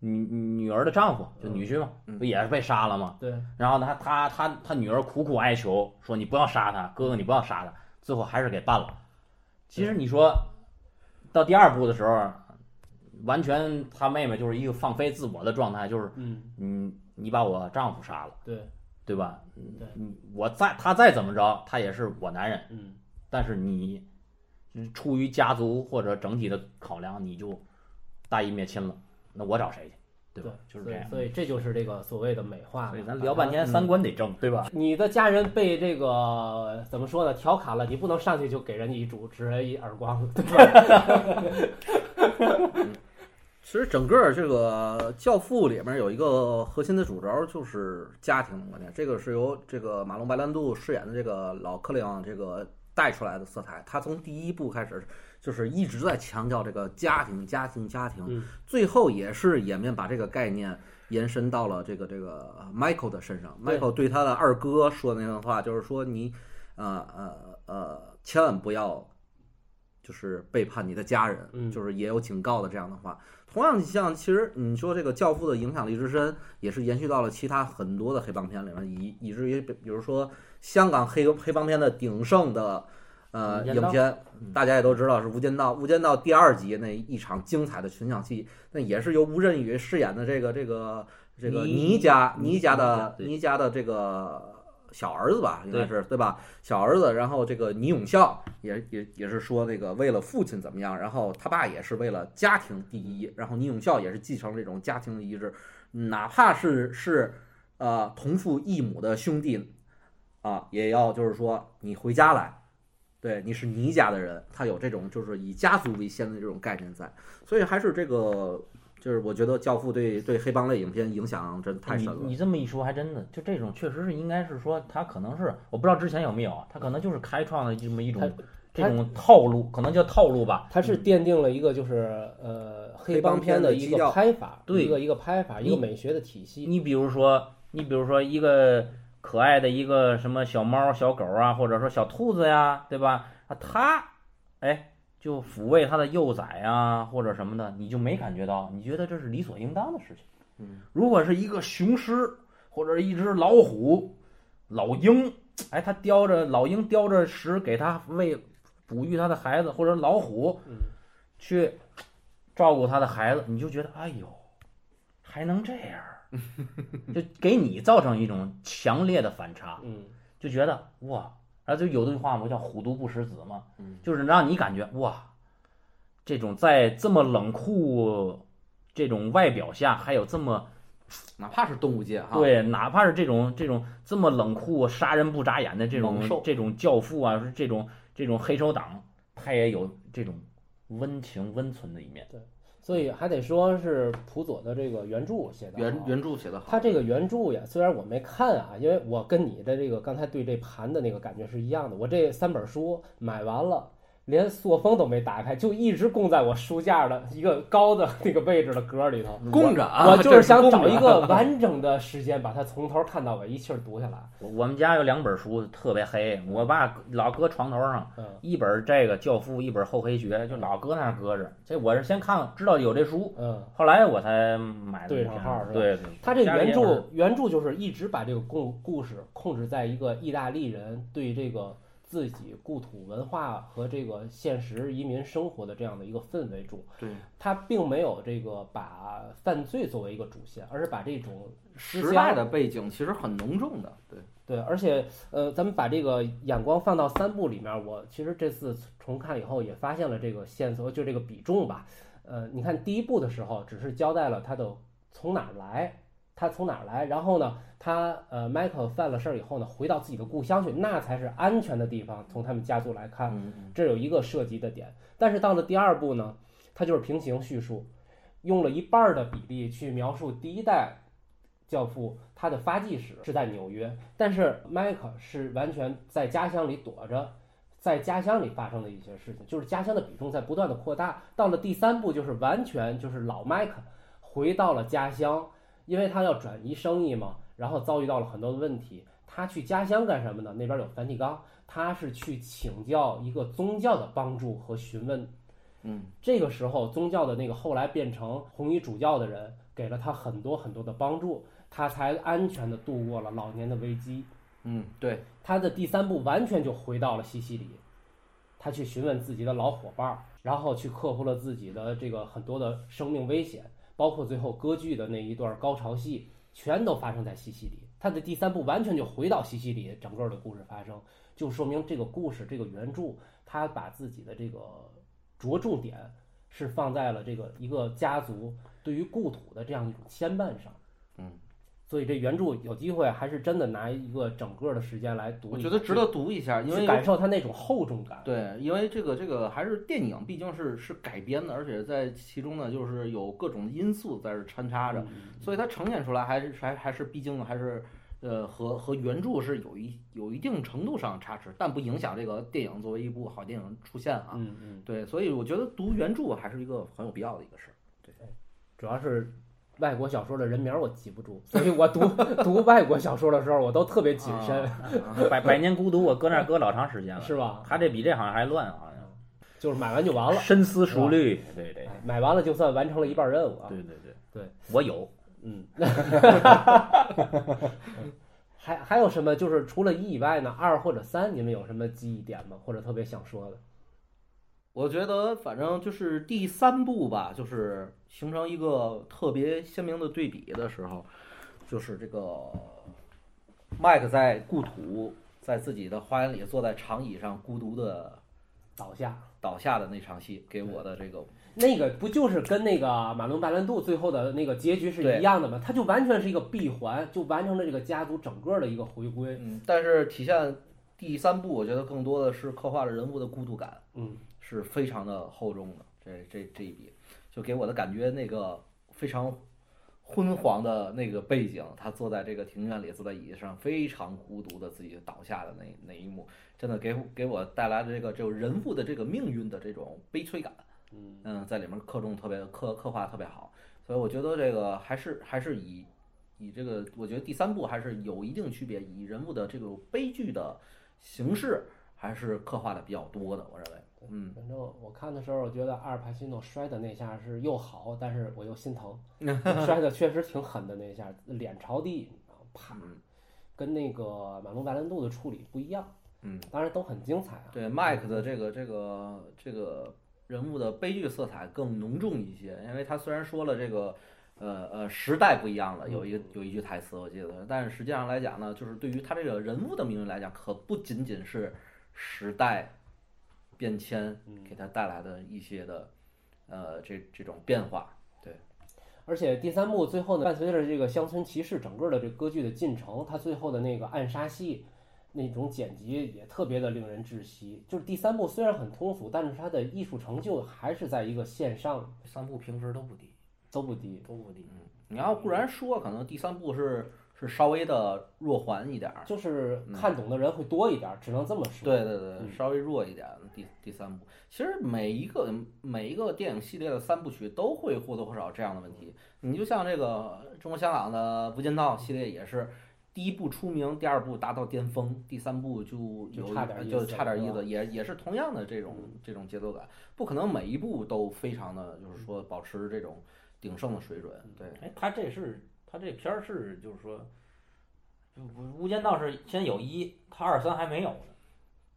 女女儿的丈夫，就女婿嘛，
嗯
不也是被杀了吗？
对，
然后他他他他女儿苦苦哀求说：“你不要杀他，哥哥，你不要杀他。”最后还是给办了。其实你说到第二部的时候，完全他妹妹就是一个放飞自我的状态，就是
嗯，
嗯，你把我丈夫杀了，
对，
对吧？
对
嗯，我再他再怎么着，他也是我男人。
嗯，
但是你嗯出于家族或者整体的考量，你就大义灭亲了，那我找谁去？对吧？就是这样。
所以所以这就是这个所谓的美化嘛。
所以咱嗯聊半天，三观得正，对吧？
你的家人被这个怎么说呢？调侃了，你不能上去就给人家一主持人一耳光，对吧？
其实整个这个《教父》里面有一个核心的主轴就是家庭的观念，这个是由这个马龙白兰度饰演的这个老克里昂这个带出来的色彩。他从第一部开始就是一直在强调这个家庭、家庭、家庭，
嗯
最后也是演变把这个概念延伸到了这个这个呃 Michael 的身上。
对
Michael 对他的二哥说的那段话，就是说你，呃呃呃，千万不要就是背叛你的家人，
嗯
就是也有警告的这样的话。同样，像其实你说这个《教父》的影响力之深，也是延续到了其他很多的黑帮片里面，以以至于比比如说香港黑黑帮片的鼎盛的呃
无间
影
道
片，大家也都知道是《无间道》。《无间道》第二集那一场精彩的群像戏，那也是由吴镇宇饰演的这个这个这个
倪
倪家倪家的
对
倪家的这个小儿子吧，应该
对
是对吧？小儿子，然后这个倪永孝也也也是说那个为了父亲怎么样，然后他爸也是为了家庭第一，然后倪永孝也是继承这种家庭的遗志，哪怕是是呃同父异母的兄弟啊，也要就是说你回家来。对，你是倪家的人，他有这种就是以家族为先的这种概念在，所以还是这个，就是我觉得《教父对》对黑帮类影片影响真太深了。
你你这么一说，还真的就这种，确实是应该是说，他可能是我不知道之前有没有啊，他可能就是开创了这么一种
他
这种套路，可能叫套路吧。
它是奠定了一个就是呃黑
黑帮
帮片
片的
一
基
个
调
拍法，
对
一个一个拍法，一个
你
美学的体系。
你比如说，你比如说一个可爱的一个什么小猫、小狗啊，或者说小兔子呀，对吧？啊，它，哎，就抚慰它的幼崽呀，或者什么的，你就没感觉到，你觉得这是理所应当的事情。
嗯，
如果是一个雄狮或者一只老虎、老鹰，哎，它叼着老鹰叼着食给它喂哺育它的孩子，或者老虎
嗯
去照顾他的孩子，你就觉得哎呦，还能这样儿， 就给你造成一种强烈的反差，
嗯，
就觉得哇，然后就有句话不叫“虎毒不食子”嘛，
嗯
就是让你感觉哇，这种在这么冷酷这种外表下，还有这么
哪怕是动物界哈，，
对，哪怕是这种这种这么冷酷、杀人不眨眼的这
猛兽
种这种教父啊，是这种这种黑手党，他也有这种温情温存的一面。
所以还得说是普佐的这个原著写的
原原著写的好。
他这个原著呀，虽然我没看啊，因为我跟你的这个刚才对这盘的那个感觉是一样的。我这三本书买完了，连塑封都没打开，就一直供在我书架的一个高的那个位置的格里头。
供着啊，
我就是想
这
找
供着
一个完整的时间把它从头看到尾，一气儿读下来。
我我们家有两本书特别黑，我爸老搁床头上，
嗯，
一本这个《教父》，一本《厚黑学》，就老搁那儿搁着。这我是先看知道有这书，
嗯，
后来我才买的
对
这
上
个
号是吧
对对，
他这
家
个
里
原
也有
著原著就是一直把这个故故事控制在一个意大利人对这个自己故土文化和这个现实移民生活的这样的一个氛围中。
对
他并没有这个把犯罪作为一个主线，而是把这种思
时代
想
的背景其实很浓重的，对，
对，而且呃，咱们把这个眼光放到三部里面，我其实这次重看以后也发现了这个线索，就这个比重吧。呃，你看第一部的时候，只是交代了他的从哪儿来，他从哪儿来，然后呢，他呃，迈克犯了事儿以后呢，回到自己的故乡去，那才是安全的地方。从他们家族来看，
嗯嗯
这有一个涉及的点。但是到了第二部呢，它就是平行叙述，用了一半儿的比例去描述第一代教父他的发迹史是在纽约，但是迈克是完全在家乡里躲着。在家乡里发生的一些事情，就是家乡的比重在不断的扩大。到了第三部，就是完全就是老迈克回到了家乡，因为他要转移生意嘛，然后遭遇到了很多的问题。他去家乡干什么呢？那边有梵蒂冈，他是去请教一个宗教的帮助和询问。
嗯，
这个时候，宗教的那个后来变成红衣主教的人，给了他很多很多的帮助，他才安全的度过了老年的危机。
嗯，对，
他的第三步完全就回到了西西里，他去询问自己的老伙伴儿，然后去克服了自己的这个很多的生命危险，包括最后歌剧的那一段高潮戏，全都发生在西西里。他的第三部完全就回到西西里，整个的故事发生，就说明这个故事这个原著，他把自己的这个着重点是放在了这个一个家族对于故土的这样一种牵绊上。
嗯，
所以这原著有机会还是真的拿一个整个的时间来读，
我觉得值得读一下，因
去
为
感受它那种厚重感。
对，因为这个这个还是电影，毕竟是是改编的，而且在其中呢，就是有各种因素在这掺插
嗯
着，所以它呈现出来还是还还是毕竟还是呃和和原著是有一有一定程度上差池，但不影响这个电影作为一部好电影出现啊。
嗯嗯，
对，所以我觉得读原著还是一个很有必要的一个事儿。
主要是外国小说的人名我记不住，所以我读读外国小说的时候，我都特别谨慎，
啊啊
百百年孤独我搁那儿搁老长时间了，
是吧？
他这比这好像还乱，好像。啊
就是买完就完了，
深思熟虑，对对
买完了就算完成了一半任务啊。
对对对
对，
我有，
嗯，还还有什么？就是除了一以外呢，二或者三，你们有什么记忆点吗？或者特别想说的？
我觉得反正就是第三部吧，就是形成一个特别鲜明的对比的时候，就是这个麦克在故土，在自己的花园里坐在长椅上孤独的
倒下
倒下的那场戏，给我的这个
那个不就是跟那个马龙白兰度最后的那个结局是
对
一样的吗？它就完全是一个闭环，就完成了这个家族整个的一个回归。
嗯，但是体现第三部，我觉得更多的是刻画了人物的孤独感，
嗯，
是非常的厚重的。这这这一笔，就给我的感觉，那个非常昏黄的那个背景，他坐在这个庭院里，坐在椅子上，非常孤独的自己倒下的那那一幕，真的给我给我带来的这个就人物的这个命运的这种悲催感，
嗯
在里面刻中特别刻刻画得特别好，所以我觉得这个还是还是以以这个，我觉得第三部还是有一定区别，以人物的这个悲剧的形式还是刻画的比较多的，我认为，嗯，
反正我看的时候，我觉得阿尔帕西诺摔的那下是又好，但是我又心疼，摔的确实挺狠的那一下，脸朝地，然后啪，跟那个马龙白兰度的处理不一样。
嗯，
当然都很精彩啊。
对麦克的这个这个这个人物的悲剧色彩更浓重一些，因为他虽然说了这个，呃呃时代不一样了，有一个有一句台词我记得，但是实际上来讲呢，就是对于他这个人物的命运来讲，可不仅仅是时代变迁给他带来的一些的，呃这这种变化，对，
而且第三幕最后呢，伴随着这个乡村骑士整个的这个歌剧的进程，它最后的那个暗杀戏，那种剪辑也特别的令人窒息。就是第三幕虽然很通俗，但是它的艺术成就还是在一个线上
三部评分都不低，
都不低。
都不低。
嗯
你要固然说可能第三部是是稍微的弱环一点儿，
就是
嗯
看懂的人会多一点，只能这么说。
对对
嗯
对，稍微弱一点。第第三部，其实每一个每一个电影系列的三部曲都会或多或少这样的问题。
嗯
你就像这个中国香港的《无间道》系列也是，第一部出名，第二部达到巅峰，第三部就有
就差点意思
就差点意
是吧嗯
思，也也是同样的这种这种节奏感，不可能每一部都非常的
嗯
就是说保持这种鼎盛的水准。对，
哎，他这是他这片儿是就是说，就不《无间道》是先有一，他二三还没有呢，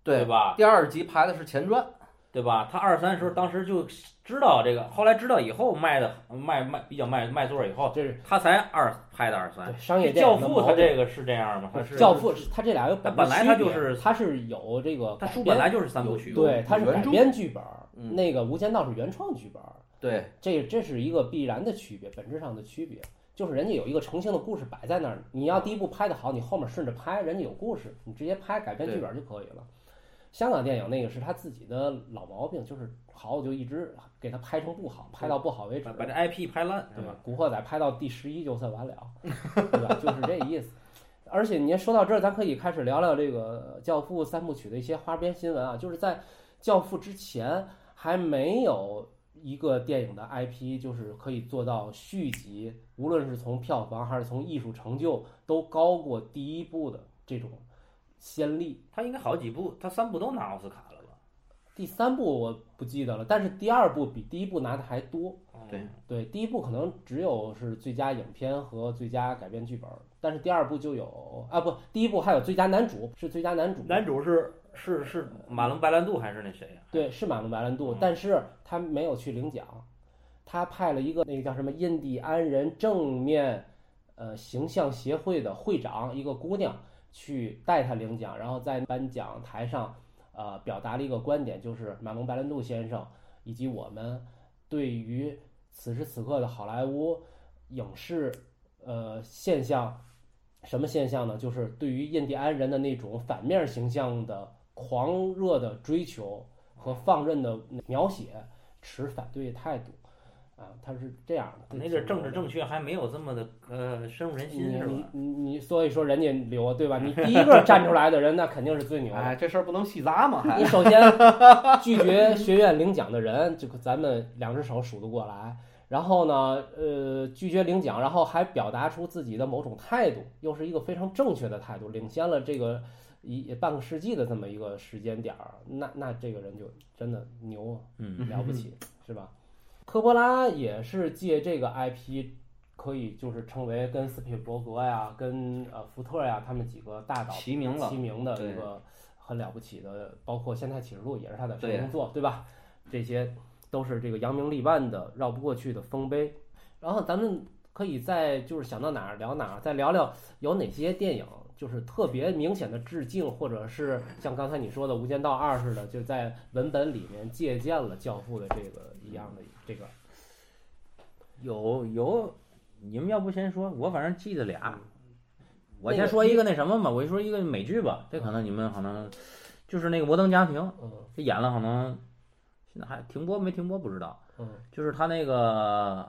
对吧？
第二集排的是前传，
对吧？他二三时候
嗯
当时就知道这个，后来知道以后卖的卖卖比较卖卖座儿以后，
这是
他才二拍的二三
对。商业电
教
影的
父
矛
他
盾
这个是这样吗？他是
教父，他这俩有本质
本来他
区别
就是
他是有这个
他
改
书
编
本来就是三部曲，
对，他是
原
改
著
编剧本儿，
嗯
那个《无间道》是原创剧本儿，
对
这这是一个必然的区别，本质上的区别。就是人家有一个成型的故事摆在那儿，你要第一部拍的好，你后面顺着拍，人家有故事，你直接拍改编剧本就可以了。香港电影那个是他自己的老毛病，就是好我就一直给他拍成不好，拍到不好为止
把。把这 IP 拍烂，对
对吧
吧？？
古惑仔拍到第十一就算完了， 对吧？就是这意思。而且您说到这儿，咱可以开始聊聊这个《教父》三部曲的一些花边新闻啊。就是在《教父》之前，还没有一个电影的 IP 就是可以做到续集，无论是从票房还是从艺术成就，都高过第一部的这种先例。
他应该好几部，他三部都拿奥斯卡了吧？
第三部我不记得了，但是第二部比第一部拿的还多。
对
嗯
对，第一部可能只有是最佳影片和最佳改编剧本儿，但是第二部就有啊，不，第一部还有最佳男主是最佳男主，
男主是是是马龙白兰度还是那谁呀？
对，是马龙白兰度
嗯，
但是他没有去领奖，他派了一个那个叫什么印第安人正面呃形象协会的会长，一个姑娘去带他领奖，然后在颁奖台上呃表达了一个观点，就是马龙白兰度先生以及我们对于此时此刻的好莱坞影视呃现象。什么现象呢？就是对于印第安人的那种反面形象的狂热的追求，和放任的描写持反对态度，啊，他是这样的。
那阵政治正确还没有这么的呃深入人
你
心是
你
吧？
你你，所以说人家牛对吧？ 你第一个站出来的人，那肯定是最牛
哎，
的。
这事儿不能细咂嘛，还
你首先拒绝学院领奖的人，这个咱们两只手数得过来。然后呢，呃，拒绝领奖，然后还表达出自己的某种态度，又是一个非常正确的态度，领先了这个一半个世纪的这么一个时间点儿，那那这个人就真的牛啊，
嗯
了不起，是吧？科波拉也是借这个 IP，可以就是称为跟斯皮尔伯格呀、跟呃福特呀他们几个大导
齐名了
齐。名的
对
一个很了不起的，包括《现代启示录》也是他的成
对
名作，对吧？这些都是这个扬名立万的、绕不过去的丰碑。然后咱们可以再就是想到哪儿聊哪儿，再聊聊有哪些电影就是特别明显的致敬，或者是像刚才你说的《无间道二》似的，就在文本里面借鉴了《教父》的这个一样的这个。
有有，你们要不先说，我反正记得俩
嗯。
我
那
先
个
说一个那什么吧，我就说一个美剧吧，这可能你们可能就是那个《摩登家庭》，
嗯
这演了可能现在还停播没停播不知道，
嗯
就是他那个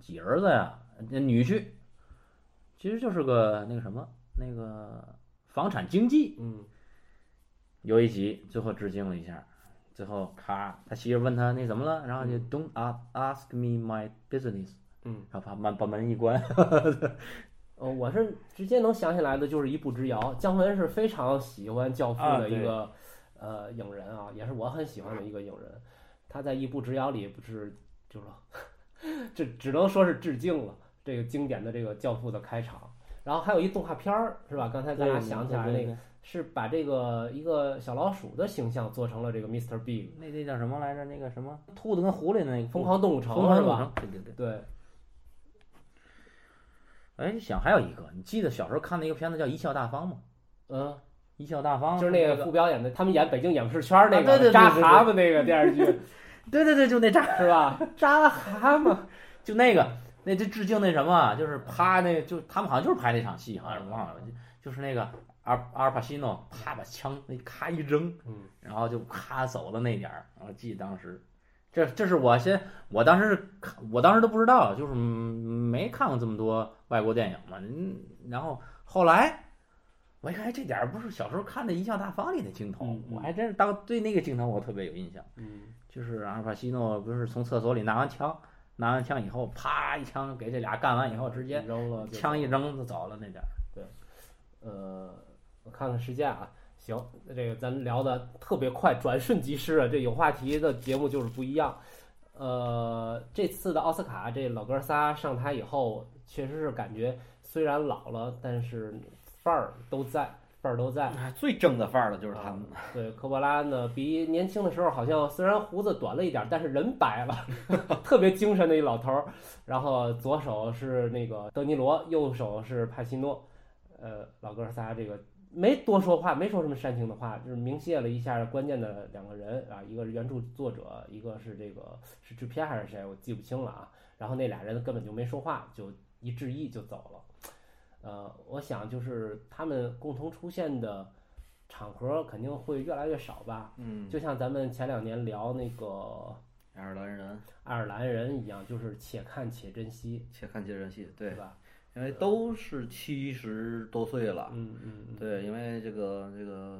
几儿子呀，那女婿，其实就是个那个什么那个房产经纪，
嗯
有一集最后致敬了一下，最后咔，他媳妇问他那怎么了，然后就 Don't a- ask me my business，
嗯，
然后把门把门一关，
呃，我是直接能想起来的就是一步之遥。姜文是非常喜欢《教父
啊》
的一
对
个、呃影人啊，也是我很喜欢的一个影人。他在《一步之遥》里不是就是说这只能说是致敬了这个经典的这个《教父》的开场。然后还有一动画片儿是吧？刚才咱俩想起来那个是把这个一个小老鼠的形象做成了这个 Mr. Big
那那叫什么来着？那个什么兔子跟狐狸的那个
疯狂动物城
疯狂
是
动物
吧？
城，对对对。
对，
哎，想还有一个，你记得小时候看的一个片子叫《贻笑大方》吗？
嗯，
《贻笑大方》
就是那个傅彪演的，他们演北京影视圈儿那
啊对对
个
对
扎
对对
蛤蟆那个电视剧
对对对，就那扎
是吧？
扎蛤蟆，就那个那这致敬那什么啊，就是啪那就他们好像就是拍那场戏，好像忘了，就就是那个阿阿尔帕西诺啪把枪那咔一扔，
嗯，
然后就咔走的那点儿，然后记得当时。这这是我先，我当时是看，我当时都不知道，就是没看过这么多外国电影嘛。嗯然后后来我一看，哎这点儿不是小时候看的《贻笑大方》里的镜头，
嗯嗯
我还真是当对那个镜头我特别有印象。
嗯。
就是阿尔帕西诺不是从厕所里拿完枪，拿完枪以后，啪一枪给这俩干完以后，直接
扔了就
枪一扔就走了那点儿。
呃，我看看时间啊，行，那这个咱聊的特别快，转瞬即逝啊，这有话题的节目就是不一样。呃，这次的奥斯卡，这老哥仨上台以后，确实是感觉虽然老了，但是范儿都在，范儿都在。
哎最正的范儿的就是他们，
对，科波拉呢，比年轻的时候好像虽然胡子短了一点，但是人白了， 特别精神的一老头儿。然后左手是那个德尼罗，右手是帕西诺，呃，老哥仨这个没多说话，没说什么煽情的话，就是明谢了一下关键的两个人啊，一个是原著作者，一个是这个是制片还是谁，我记不清了啊。然后那俩人根本就没说话，就一致意就走了。呃，我想就是他们共同出现的场合肯定会越来越少吧。
嗯，
就像咱们前两年聊那个
爱尔兰人
爱尔兰人一样，就是且看且珍惜，
且看接人戏，
对
对，
吧？
因为都是七十多岁了，
嗯嗯嗯，
啊对，因为这个这个，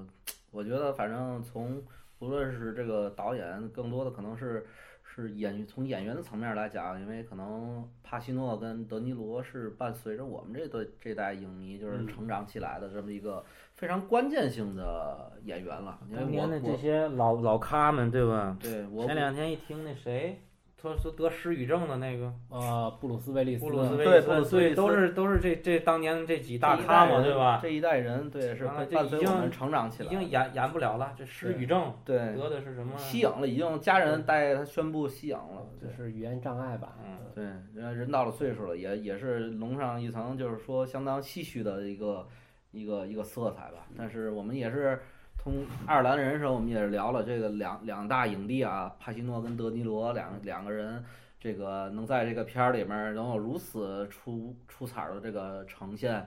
我觉得反正从无论是这个导演，更多的可能是是演从演员的层面来讲，因为可能帕西诺跟德尼罗是伴随着我们这个这代影迷就是
嗯
成长起来的这么一个非常关键性的演员了，因为
当年的
哎我
这
我
些老老咖们，对吧？
对我
前两天一听那谁，他说得失语症的那个
呃，布鲁斯威利斯，
布鲁斯
对
威利
布鲁斯威利斯
对，都是都是这这当年这几大
这一
咖
代
嘛，
人
对吧？
这一代人对是
完了
伴
这
伴
已
随
经
我们成长起
已
来
经
的，
演演不了了，这失语症
对
得的是什么？
息影了，已经家人带他宣布息影了，对
就。是语言障碍吧。
嗯
对，人人到了岁数了，也也是笼上一层，就是说相当唏嘘的一个一个一个色彩吧。但是我们也是通爱尔兰人的时候，我们也是聊了这个两两大影帝啊，帕西诺跟德尼罗两两个人，这个能在这个片儿里面能有如此出出彩儿的这个呈现。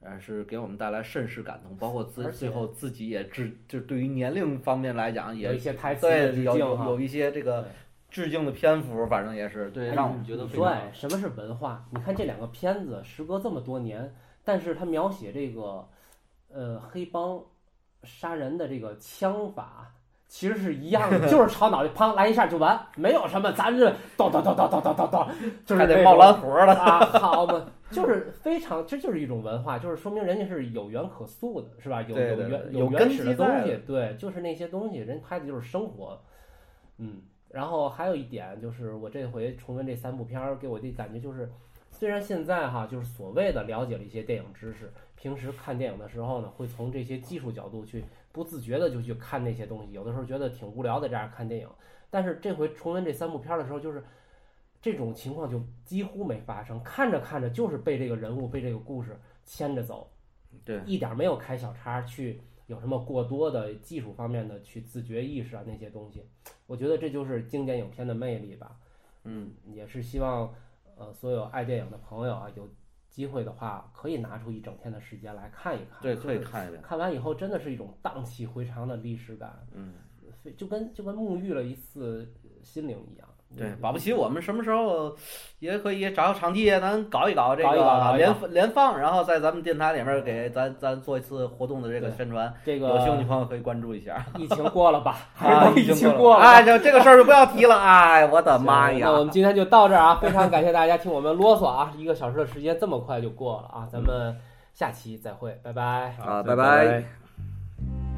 呃，是给我们带来甚是感动，包括自
而且
最后自己也致，就是对于年龄方面来讲也，
有一些台词的
对
致
有
敬
有
哈
有一些这个
对
致敬的篇幅，反正也是对，让我们觉得
你
非
说
常
哎，嗯什么是文化？你看这两个片子，时隔这么多年，但是它描写这个呃黑帮杀人的这个枪法。其实是一样 的，就是朝脑袋砰来一下就完，没有什么，咱这叨叨叨叨叨叨叨叨，就是
还
那种
得冒蓝活了。
啊，好嘛，就是非常，这就是一种文化，就是说明人家是有源可溯的，是吧？有
对
有
对
原
对有
原
根
始
基
的东
在
西
的，
对，就是那些东西，人拍的就是生活，嗯。然后还有一点就是，我这回重温这三部片儿，给我的感觉就是，虽然现在哈就是所谓的了解了一些电影知识，平时看电影的时候呢，会从这些技术角度去不自觉的就去看那些东西，有的时候觉得挺无聊的这样看电影，但是这回重温这三部片儿的时候，就是这种情况就几乎没发生，看着看着就是被这个人物被这个故事牵着走，
嗯对
一点儿没有开小差去有什么过多的技术方面的去自觉意识啊那些东西，我觉得这就是经典影片的魅力吧。
嗯，
也是希望呃所有爱电影的朋友啊，有机会的话可以拿出一整天的时间来看一看，
对，
就
可以
是
看一遍。
看完以后真的是一种荡气回肠的历史感，
嗯，
非就跟就跟沐浴了一次心灵一样。
对，
嗯
保不齐我们什么时候也可以找个场地，咱搞一搞这
搞一搞搞
个
一搞
联联放，然后在咱们电台里面给咱咱做一次活动的这个
对
宣传，
这个
有兴趣朋友可以关注一下。
疫情过了吧？
啊
还是
已
疫
经
情
过
过
了
吧
哎，就这个事儿就不要提了，哎，我的
行
妈呀！
那我们今天就到这儿啊！非常感谢大家听我们啰嗦啊，一个小时的时间这么快就过了啊！咱们下期再会，拜拜。
啊拜
再
拜
拜